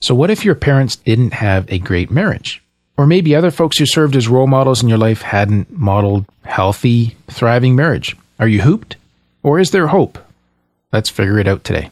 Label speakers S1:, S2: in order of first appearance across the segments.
S1: So, what if your parents didn't have a great marriage? Or maybe other folks who served as role models in your life hadn't modeled healthy, thriving marriage. Are you hooped? Or is there hope? Let's figure it out today.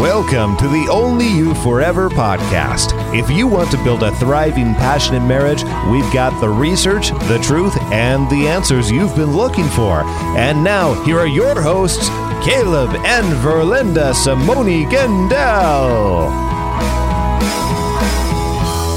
S2: Welcome to the Only You Forever podcast. If you want to build a thriving, passionate marriage, we've got the research, the truth, and the answers you've been looking for. And now, here are your hosts, Caleb and Verlinda Simone Gendel.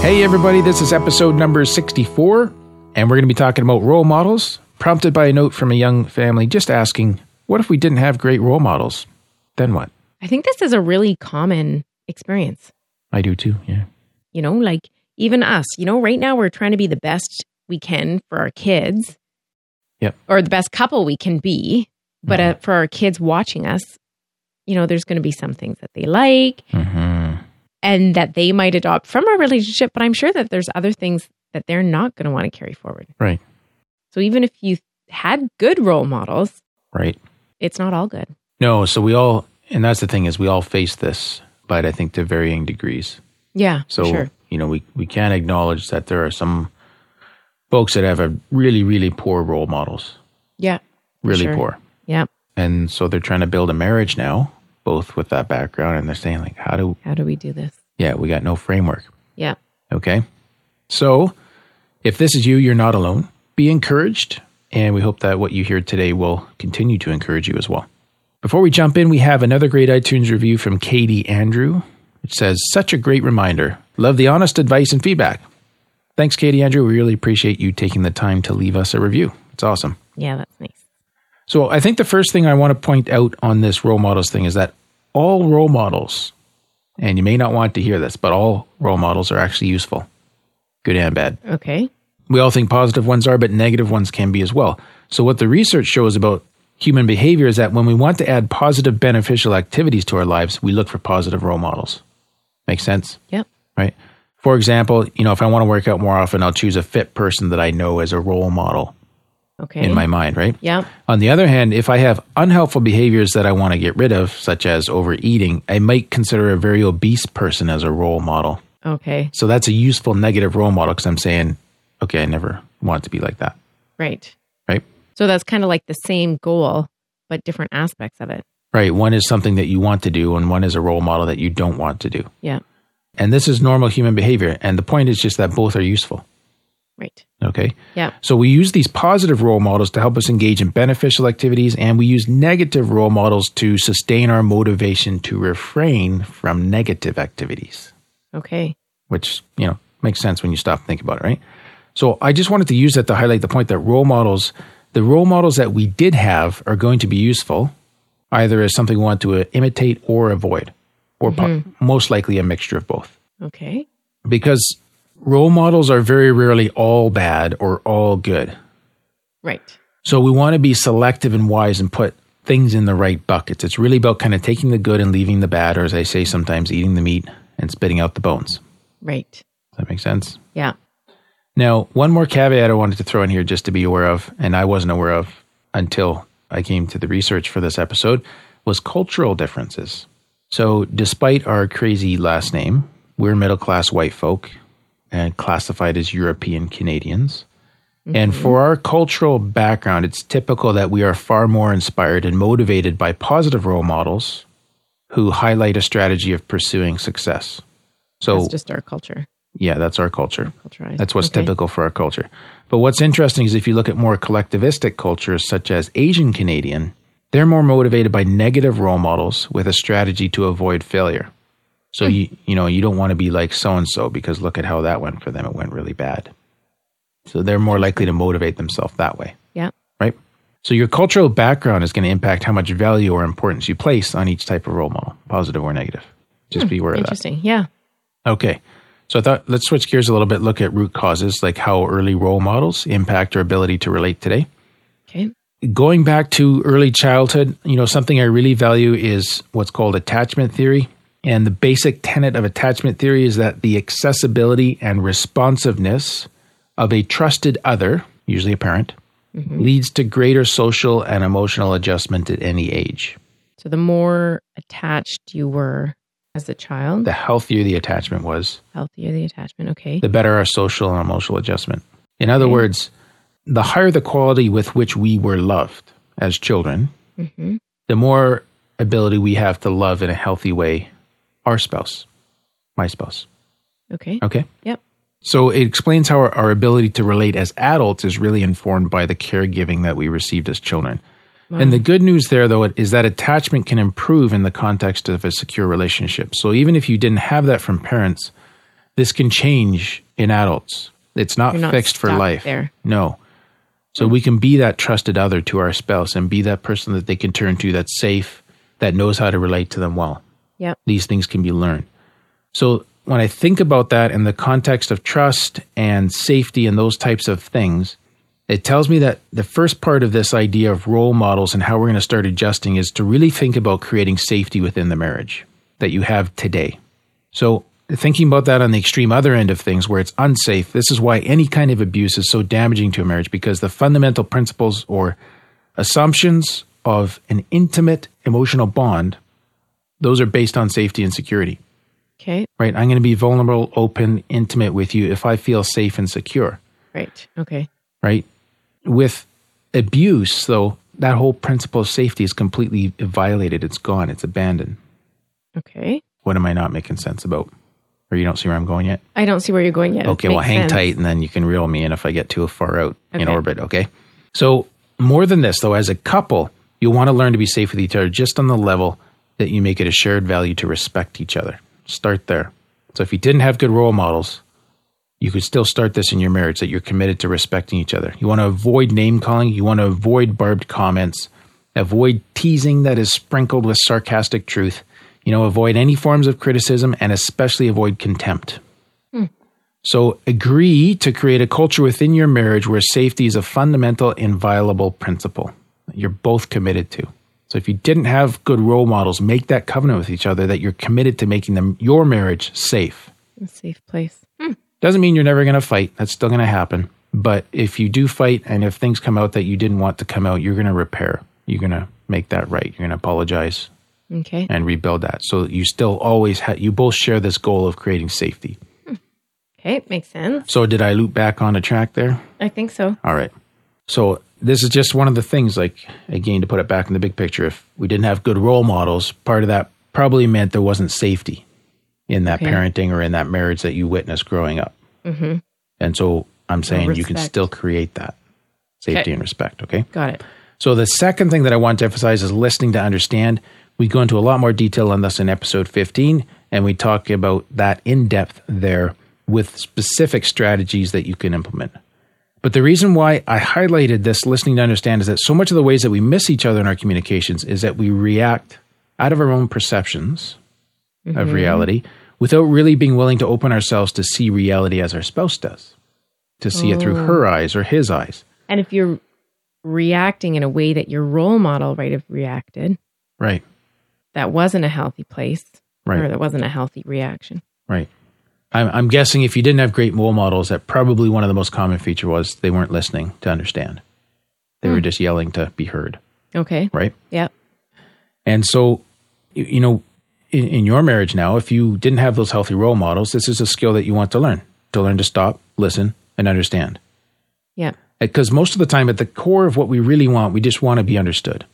S1: Hey, everybody, this is episode number 64, and we're going to be talking about role models, prompted by a note from a young family just asking, What if we didn't have great role models? Then what?
S3: I think this is a really common experience.
S1: I do too, yeah.
S3: You know, like even us, you know, right now we're trying to be the best we can for our kids.
S1: Yep. Mm-hmm.
S3: Or the best couple we can be. But uh, for our kids watching us, you know, there's going to be some things that they like
S1: Mm-hmm.
S3: and that they might adopt from our relationship. But I'm sure that there's other things that they're not going to want to carry forward.
S1: Right,
S3: So even if you had good role models,
S1: right.
S3: it's not all good.
S1: No, so we all, and that's the thing is we all face this, but I think to varying degrees.
S3: Yeah.
S1: So,
S3: sure.
S1: you know, we, we can acknowledge that there are some folks that have a really, really poor role models,
S3: Yeah. for
S1: really
S3: sure.
S1: poor.
S3: Yeah.
S1: And so they're trying to build a marriage now, both with that background, and they're saying, like, how do,
S3: How do we do this?
S1: yeah, we got no framework.
S3: Yeah.
S1: Okay. So if this is you, you're not alone. Be encouraged. And we hope that what you hear today will continue to encourage you as well. Before we jump in, we have another great iTunes review from Katie Andrew, which says, Such a great reminder. Love the honest advice and feedback. Thanks, Katie Andrew. We really appreciate you taking the time to leave us a review. It's awesome.
S3: Yeah. That's nice.
S1: So I think the first thing I want to point out on this role models thing is that all role models, and you may not want to hear this, but all role models are actually useful, good and bad.
S3: Okay.
S1: We all think positive ones are, but negative ones can be as well. So what the research shows about human behavior is that when we want to add positive beneficial activities to our lives, we look for positive role models. Makes sense?
S3: Yep.
S1: right? For example, you know, if I want to work out more often, I'll choose a fit person that I know as a role model
S3: Okay.
S1: in my mind, right?
S3: yeah.
S1: On the other hand, if I have unhelpful behaviors that I want to get rid of, such as overeating, I might consider a very obese person as a role model.
S3: Okay.
S1: So that's a useful negative role model because I'm saying, okay, I never want to be like that,
S3: Right.
S1: right?
S3: So that's kind of like the same goal, but different aspects of it.
S1: Right. One is something that you want to do, and one is a role model that you don't want to do.
S3: Yeah.
S1: And this is normal human behavior. And the point is just that both are useful.
S3: Right.
S1: Okay.
S3: Yeah.
S1: So we use these positive role models to help us engage in beneficial activities, and we use negative role models to sustain our motivation to refrain from negative activities,
S3: Okay.
S1: which, you know, makes sense when you stop and think about it, right? So I just wanted to use that to highlight the point that role models, the role models that we did have are going to be useful, either as something we want to uh, imitate or avoid, or po- most likely a mixture of both
S3: Okay.
S1: because role models are very rarely all bad or all good.
S3: Right.
S1: So we want to be selective and wise and put things in the right buckets. It's really about kind of taking the good and leaving the bad, or as I say sometimes, eating the meat and spitting out the bones.
S3: Right.
S1: Does that make sense?
S3: Yeah.
S1: Now, one more caveat I wanted to throw in here just to be aware of, and I wasn't aware of until I came to the research for this episode, was cultural differences. So, despite our crazy last name, we're middle class white folk and classified as European Canadians. And
S3: Mm-hmm.
S1: for our cultural background, it's typical that we are far more inspired and motivated by positive role models who highlight a strategy of pursuing success. So,
S3: That's just our culture.
S1: yeah, that's our culture.
S3: Culturized.
S1: Oh. That's what's
S3: Okay.
S1: typical for our culture. But what's interesting is if you look at more collectivistic cultures, such as Asian Canadian, they're more motivated by negative role models with a strategy to avoid failure. So you you know you don't want to be like so and so because look at how that went for them. It went really bad. So they're more likely to motivate themselves that way,
S3: Yeah.
S1: right? So your cultural background is going to impact how much value or importance you place on each type of role model, positive or negative. Just be aware of that.
S3: Interesting. Yeah.
S1: Okay. So I thought let's switch gears a little bit, look at root causes, like how early role models impact our ability to relate today.
S3: Okay.
S1: Going back to early childhood, you know, something I really value is what's called attachment theory. And the basic tenet of attachment theory is that the accessibility and responsiveness of a trusted other, usually a parent, leads to greater social and emotional adjustment at any age.
S3: So the more attached you were as a child,
S1: the healthier the attachment was,
S3: healthier the attachment. Okay.
S1: the better our social and emotional adjustment. In other
S3: Okay.
S1: words, the higher the quality with which we were loved as children,
S3: hmm
S1: the more ability we have to love in a healthy way our spouse, my spouse.
S3: Okay.
S1: Okay.
S3: Yep.
S1: So it explains how our, our ability to relate as adults is really informed by the caregiving that we received as children. And the good news there, though, is that attachment can improve in the context of a secure relationship. So even if you didn't have that from parents, this can change in adults. It's not,
S3: You're not
S1: fixed for
S3: stuck
S1: life.
S3: there.
S1: No. So we can be that trusted other to our spouse and be that person that they can turn to that's safe, that knows how to relate to them well
S3: Yep.
S1: these things can be learned. So when I think about that in the context of trust and safety and those types of things, it tells me that the first part of this idea of role models and how we're going to start adjusting is to really think about creating safety within the marriage that you have today. So thinking about that on the extreme other end of things where it's unsafe, this is why any kind of abuse is so damaging to a marriage because the fundamental principles or assumptions of an intimate emotional bond those are based on safety and security,
S3: Okay.
S1: right? I'm going to be vulnerable, open, intimate with you if I feel safe and secure,
S3: Right. Okay.
S1: right? With abuse, though, that whole principle of safety is completely violated. It's gone, it's abandoned.
S3: Okay.
S1: What am I not making sense about? Or you don't see where I'm going yet?
S3: I don't see where you're going yet. It
S1: okay, well,
S3: makes
S1: hang
S3: sense.
S1: tight and then you can reel me in if I get too far out in
S3: Okay.
S1: orbit, okay? So, more than this, though, as a couple, you want to learn to be safe with each other just on the level that you make it a shared value to respect each other. Start there. So, if you didn't have good role models, you could still start this in your marriage that you're committed to respecting each other. You want to avoid name calling, you want to avoid barbed comments, avoid teasing that is sprinkled with sarcastic truth. You know, avoid any forms of criticism and especially avoid contempt. So agree to create a culture within your marriage where safety is a fundamental, inviolable principle that you're both committed to. So if you didn't have good role models, make that covenant with each other that you're committed to making them your marriage safe.
S3: A safe place. Hmm.
S1: Doesn't mean you're never going to fight. That's still going to happen. But if you do fight and if things come out that you didn't want to come out, you're going to repair. You're going to make that right. You're going to apologize
S3: Okay.
S1: and rebuild that. So you still always ha you both share this goal of creating safety.
S3: Okay. Makes sense.
S1: So did I loop back on a track there?
S3: I think so.
S1: All right. So this is just one of the things, like, again, to put it back in the big picture, if we didn't have good role models, part of that probably meant there wasn't safety in that
S3: Okay. Mm-hmm.
S1: parenting or in that marriage that you witnessed growing up. And so I'm saying you can
S3: respect.
S1: still create that safety
S3: Okay.
S1: and respect. Okay.
S3: Got it.
S1: So the second thing that I want to emphasize is listening to understand. We go into a lot more detail on this in episode 15, and we talk about that in depth there with specific strategies that you can implement. But the reason why I highlighted this listening to understand is that so much of the ways that we miss each other in our communications is that we react out of our own perceptions of reality without really being willing to open ourselves to see reality as our spouse does, to see it through her eyes or his eyes.
S3: And if you're reacting in a way that your role model right have reacted,
S1: Right,
S3: that wasn't a healthy place,
S1: right.
S3: or that wasn't a healthy reaction.
S1: Right. I'm, I'm guessing if you didn't have great role models, that probably one of the most common feature was they weren't listening to understand. They were just yelling to be heard,
S3: Okay.
S1: right?
S3: Yep.
S1: And so, you, you know, in, in your marriage now, if you didn't have those healthy role models, this is a skill that you want to learn to learn to stop, listen, and understand.
S3: Yep.
S1: Because most of the time, at the core of what we really want, we just want to be understood.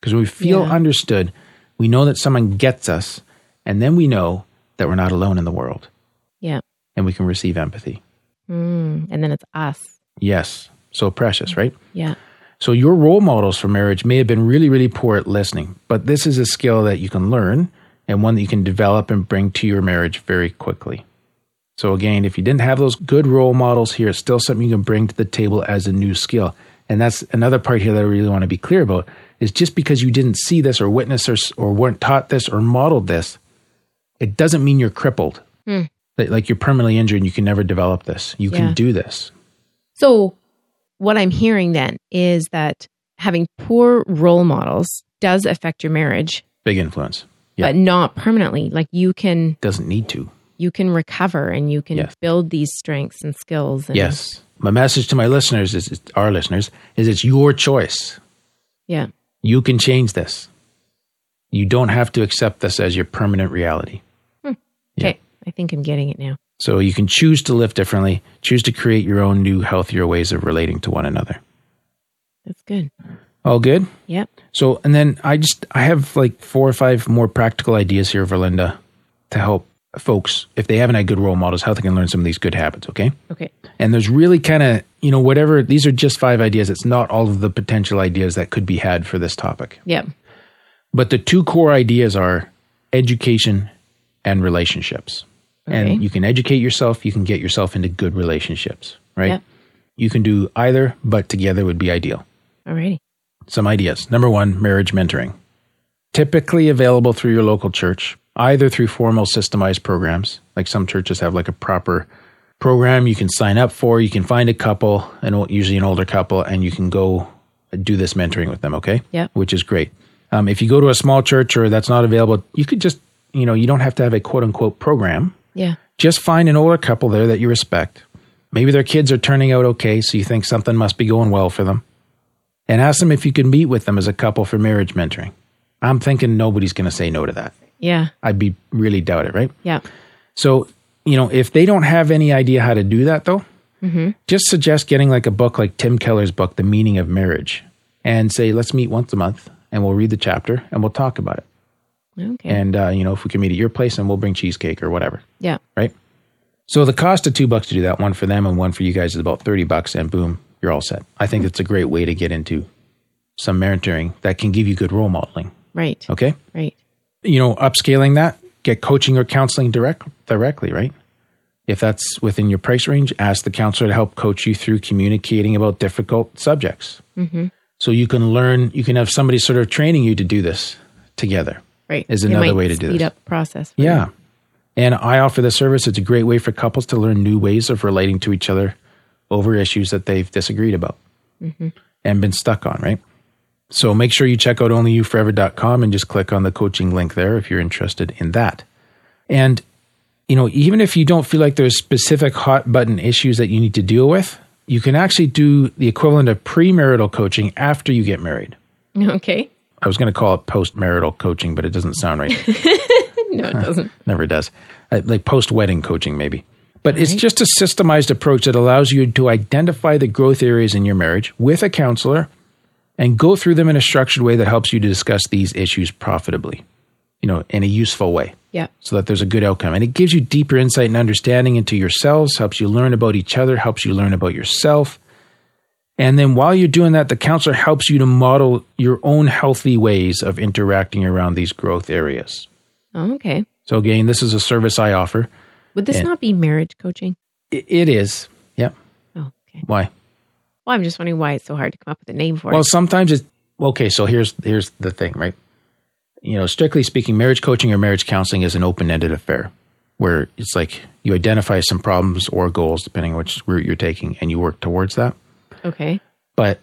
S1: Because when we feel
S3: Yeah.
S1: understood, we know that someone gets us, and then we know that we're not alone in the world
S3: Yep.
S1: and we can receive empathy.
S3: Mm. And then it's us.
S1: Yes. So precious, right?
S3: Yeah.
S1: So your role models for marriage may have been really, really poor at listening, but this is a skill that you can learn and one that you can develop and bring to your marriage very quickly. So again, if you didn't have those good role models here, it's still something you can bring to the table as a new skill. And that's another part here that I really want to be clear about is just because you didn't see this or witness or, s- or weren't taught this or modeled this, it doesn't mean you're crippled.
S3: Hmm.
S1: That- Like you're permanently injured and you can never develop this. You
S3: Yeah.
S1: can do this.
S3: So, what I'm hearing then is that having poor role models does affect your marriage,
S1: Big influence. Yeah.
S3: but not permanently. Like you can
S1: Doesn't need to.
S3: you can recover and you can
S1: Yes.
S3: build these strengths and skills. And,
S1: Yes. My message to my listeners is is- our listeners is it's your choice.
S3: Yeah.
S1: You can change this. You don't have to accept this as your permanent reality.
S3: Okay. I think I'm getting it now.
S1: So you can choose to live differently, choose to create your own new, healthier ways of relating to one another.
S3: That's good.
S1: All good?
S3: Yep.
S1: So, and then I just, I have like four or five more practical ideas here for Linda to help folks, if they haven't had good role models, how they can learn some of these good habits, okay?
S3: Okay.
S1: And there's really kind of, you know, whatever, these are just five ideas. It's not all of the potential ideas that could be had for this topic.
S3: Yep.
S1: But the two core ideas are education and relationships.
S3: Okay.
S1: And you can educate yourself, you can get yourself into good relationships, right?
S3: Yep.
S1: You can do either, but together would be ideal.
S3: Alrighty.
S1: Some ideas. Number one, marriage mentoring. Typically available through your local church, either through formal systemized programs, like some churches have like a proper program you can sign up for. You can find a couple, and usually an older couple, and you can go do this mentoring with them. Okay,
S3: Yeah.
S1: which is great. Um, if you go to a small church or that's not available, you could just you know you don't have to have a quote unquote program
S3: Yeah.
S1: just find an older couple there that you respect. Maybe their kids are turning out okay, so you think something must be going well for them. And ask them if you can meet with them as a couple for marriage mentoring. I'm thinking nobody's going to say no to that.
S3: Yeah.
S1: I'd be really doubt it, right?
S3: Yeah.
S1: So, you know, if they don't have any idea how to do that though, just suggest getting like a book like Tim Keller's book, The Meaning of Marriage, and say, let's meet once a month and we'll read the chapter and we'll talk about it.
S3: Okay.
S1: And, uh, you know, if we can meet at your place and we'll bring cheesecake or whatever
S3: yeah.
S1: right? So the cost of two bucks to do that, one for them and one for you guys, is about thirty bucks, and boom, you're all set. I think it's a great way to get into some mentoring that can give you good role modeling.
S3: Right.
S1: Okay,
S3: Right.
S1: you know, upscaling that, get coaching or counseling direct directly, right? If that's within your price range, ask the counselor to help coach you through communicating about difficult subjects. So you can learn, you can have somebody sort of training you to do this together.
S3: Right.
S1: Is
S3: It
S1: another
S3: might
S1: way to do
S3: speed
S1: this.
S3: up process. for
S1: Yeah.
S3: you.
S1: And I offer the service. It's a great way for couples to learn new ways of relating to each other over issues that they've disagreed about and been stuck on, right? So make sure you check out onlyyouforever.com and just click on the coaching link there if you're interested in that. And, you know, even if you don't feel like there's specific hot button issues that you need to deal with, you can actually do the equivalent of premarital coaching after you get married.
S3: Okay.
S1: I was going to call it postmarital coaching, but it doesn't sound right.
S3: No, it doesn't.
S1: never does. Uh, Like post wedding coaching, maybe. But it's just a systemized approach that allows you to identify the growth areas in your marriage with a counselor and go through them in a structured way that helps you to discuss these issues profitably, you know, in a useful way
S3: Yeah.
S1: so that there's a good outcome. And it gives you deeper insight and understanding into yourselves, helps you learn about each other, helps you learn about yourself. And then while you're doing that, the counselor helps you to model your own healthy ways of interacting around these growth areas.
S3: Oh, okay.
S1: So again, this is a service I offer.
S3: Would this
S1: Yeah.
S3: not be marriage coaching?
S1: I- it is. Yep.
S3: Oh, okay.
S1: Why?
S3: Well, I'm just wondering why it's so hard to come up with a name for
S1: Well,
S3: it.
S1: sometimes it's okay. So here's here's the thing, right? You know, strictly speaking, marriage coaching or marriage counseling is an open-ended affair where it's like you identify some problems or goals depending on which route you're taking and you work towards that.
S3: Okay.
S1: But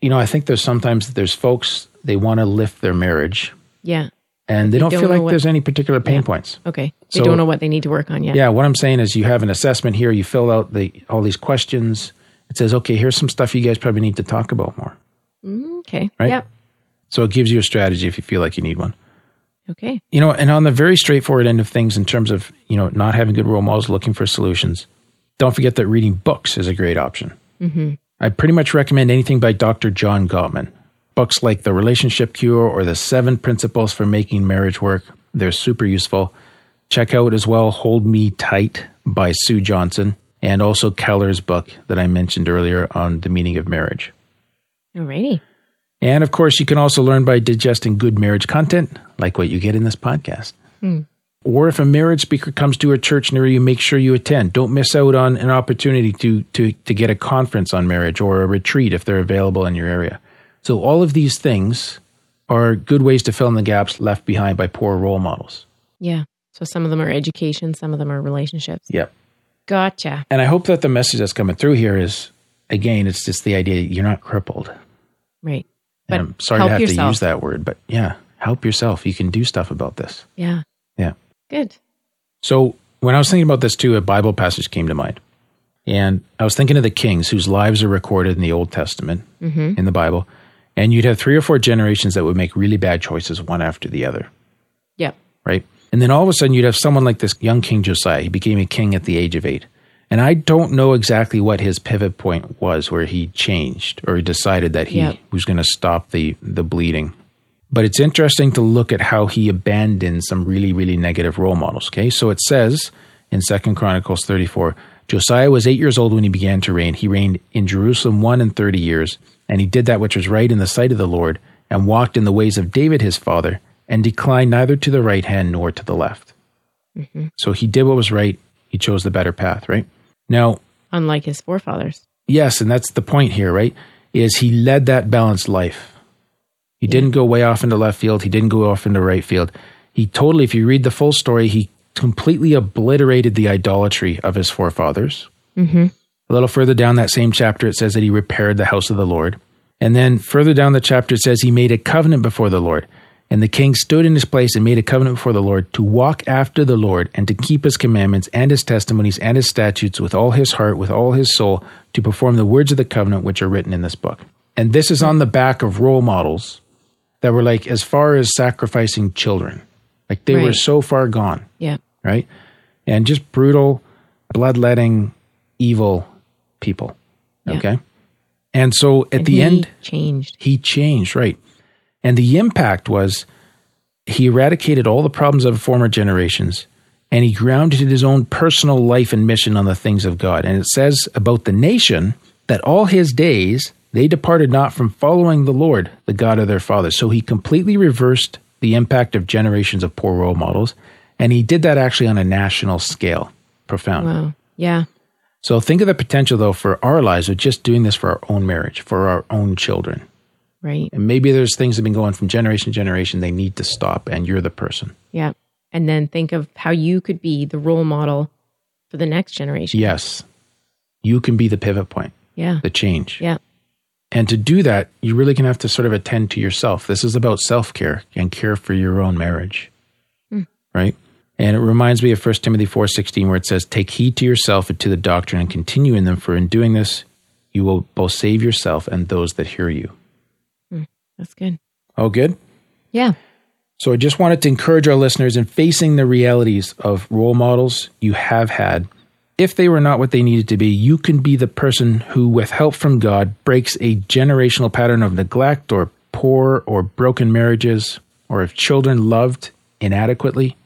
S1: you know, I think there's sometimes that there's folks they want to lift their marriage
S3: Yeah.
S1: and they don't,
S3: don't
S1: feel
S3: know
S1: like
S3: what-
S1: there's any particular pain points.
S3: Okay. They
S1: So-
S3: don't know what they need to work on yet.
S1: Yeah, what I'm saying is you have an assessment here. You fill out the all these questions. It says, okay, here's some stuff you guys probably need to talk about more.
S3: Okay.
S1: Right?
S3: Yep.
S1: So it gives you a strategy if you feel like you need one.
S3: Okay.
S1: You know, and on the very straightforward end of things, in terms of you know not having good role models, looking for solutions. Don't forget that reading books is a great option. I pretty much recommend anything by Dr. John Gottman. Books like The Relationship Cure or The Seven Principles for Making Marriage Work, they're super useful. Check out as well Hold Me Tight by Sue Johnson and also Keller's book that I mentioned earlier on the meaning of marriage.
S3: Alrighty.
S1: And of course, you can also learn by digesting good marriage content, like what you get in this podcast.
S3: Hmm.
S1: Or if a marriage speaker comes to a church near you, make sure you attend. Don't miss out on an opportunity to, to, to get a conference on marriage or a retreat if they're available in your area. So, all of these things are good ways to fill in the gaps left behind by poor role models.
S3: Yeah. So some of them are education, some of them are relationships.
S1: Yep.
S3: Gotcha.
S1: And I hope that the message that's coming through here is again, it's just the idea that you're not crippled.
S3: Right.
S1: And
S3: But
S1: I'm sorry to
S3: help
S1: have to
S3: yourself.
S1: use that word, but yeah, help yourself. You can do stuff about this.
S3: Yeah.
S1: Yeah.
S3: Good.
S1: So when I was thinking about this too, a Bible passage came to mind. And I was thinking of the kings whose lives are recorded in the Old Testament in the Bible. And you'd have three or four generations that would make really bad choices one after the other,
S3: Yep.
S1: right? And then all of a sudden, you'd have someone like this young King Josiah. He became a king at the age of eight. And I don't know exactly what his pivot point was where he changed or he decided that he
S3: Yep.
S1: was going to stop the, the bleeding. But it's interesting to look at how he abandoned some really, really negative role models. Okay. So it says in 2 Chronicles 34 Josiah was eight years old when he began to reign. He reigned in Jerusalem one and thirty years, and he did that which was right in the sight of the Lord, and walked in the ways of David his father, and declined neither to the right hand nor to the left. So he did what was right. He chose the better path, right? Now,
S3: unlike his forefathers.
S1: Yes, and that's the point here, right? Is he led that balanced life. He didn't go way off into left field. He didn't go off into right field. He totally, if you read the full story, he completely obliterated the idolatry of his forefathers. A little further down that same chapter, it says that he repaired the house of the Lord. And then further down the chapter, it says he made a covenant before the Lord. And the king stood in his place and made a covenant before the Lord to walk after the Lord and to keep his commandments and his testimonies and his statutes with all his heart, with all his soul, to perform the words of the covenant which are written in this book. And this is on the back of role models that were like, as far as sacrificing children, like they were
S3: Right.
S1: so far gone
S3: Yeah.
S1: right? And just brutal, bloodletting, evil people.
S3: Yeah.
S1: Okay. And so at
S3: And
S1: the
S3: he
S1: end,
S3: changed.
S1: he changed, right? And the impact was he eradicated all the problems of former generations and he grounded his own personal life and mission on the things of God. And it says about the nation that all his days they departed not from following the Lord, the God of their fathers. So he completely reversed the impact of generations of poor role models. And he did that actually on a national scale. Profound.
S3: Wow. Yeah.
S1: So think of the potential, though, for our lives of just doing this for our own marriage, for our own children.
S3: Right.
S1: And maybe there's things that have been going from generation to generation. They need to stop, and you're the person.
S3: Yeah. And then think of how you could be the role model for the next generation.
S1: Yes, you can be the pivot point,
S3: Yeah.
S1: the change.
S3: Yeah.
S1: And to do that, you really can have to sort of attend to yourself. This is about self care and care for your own marriage, right? And it reminds me of 1 Timothy four sixteen, where it says, "Take heed to yourself and to the doctrine, and continue in them. For in doing this, you will both save yourself and those that hear you."
S3: That's good.
S1: Oh, good.
S3: Yeah.
S1: So I just wanted to encourage our listeners in facing the realities of role models you have had. If they were not what they needed to be, you can be the person who, with help from God, breaks a generational pattern of neglect or poor or broken marriages, or of children loved inadequately,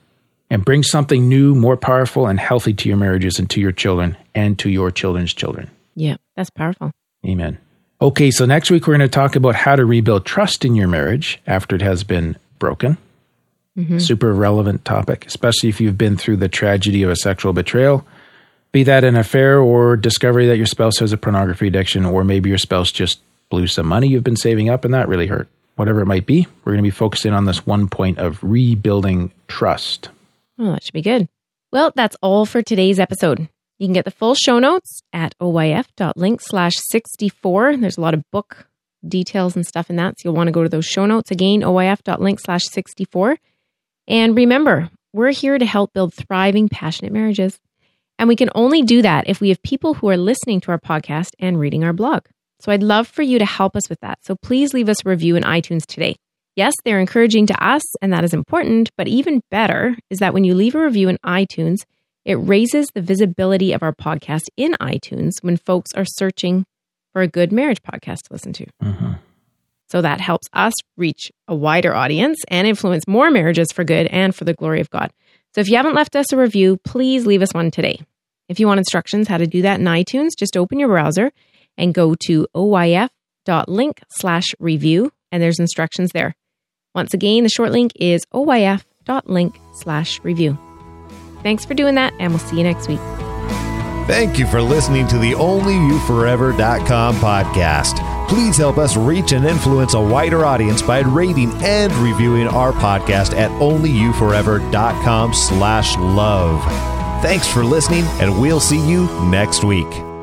S1: and brings something new, more powerful, and healthy to your marriages and to your children and to your children's children.
S3: Yeah. That's powerful.
S1: Amen. Okay, so next week we're going to talk about how to rebuild trust in your marriage after it has been broken. Super relevant topic, especially if you've been through the tragedy of a sexual betrayal, be that an affair or discovery that your spouse has a pornography addiction, or maybe your spouse just blew some money you've been saving up and that really hurt. Whatever it might be, we're going to be focusing on this one point of rebuilding trust.
S3: Well, Oh, that should be good. Well, that's all for today's episode. You can get the full show notes at oyf.link slash 64. There's a lot of book details and stuff in that, so you'll want to go to those show notes. Again, oyf.link slash 64. And remember, we're here to help build thriving, passionate marriages. And we can only do that if we have people who are listening to our podcast and reading our blog. So I'd love for you to help us with that. So please leave us a review in iTunes today. Yes, they're encouraging to us, and that is important. But even better is that when you leave a review in iTunes, it raises the visibility of our podcast in iTunes when folks are searching for a good marriage podcast to listen to. So that helps us reach a wider audience and influence more marriages for good and for the glory of God. So if you haven't left us a review, please leave us one today. If you want instructions how to do that in iTunes, just open your browser and go to oyf.link slash review, and there's instructions there. Once again, the short link is oyf.link slash review. Thanks for doing that, and we'll see you next week.
S2: Thank you for listening to the OnlyYouForever.com podcast. Please help us reach and influence a wider audience by rating and reviewing our podcast at OnlyYouForever.com slash love. Thanks for listening, and we'll see you next week.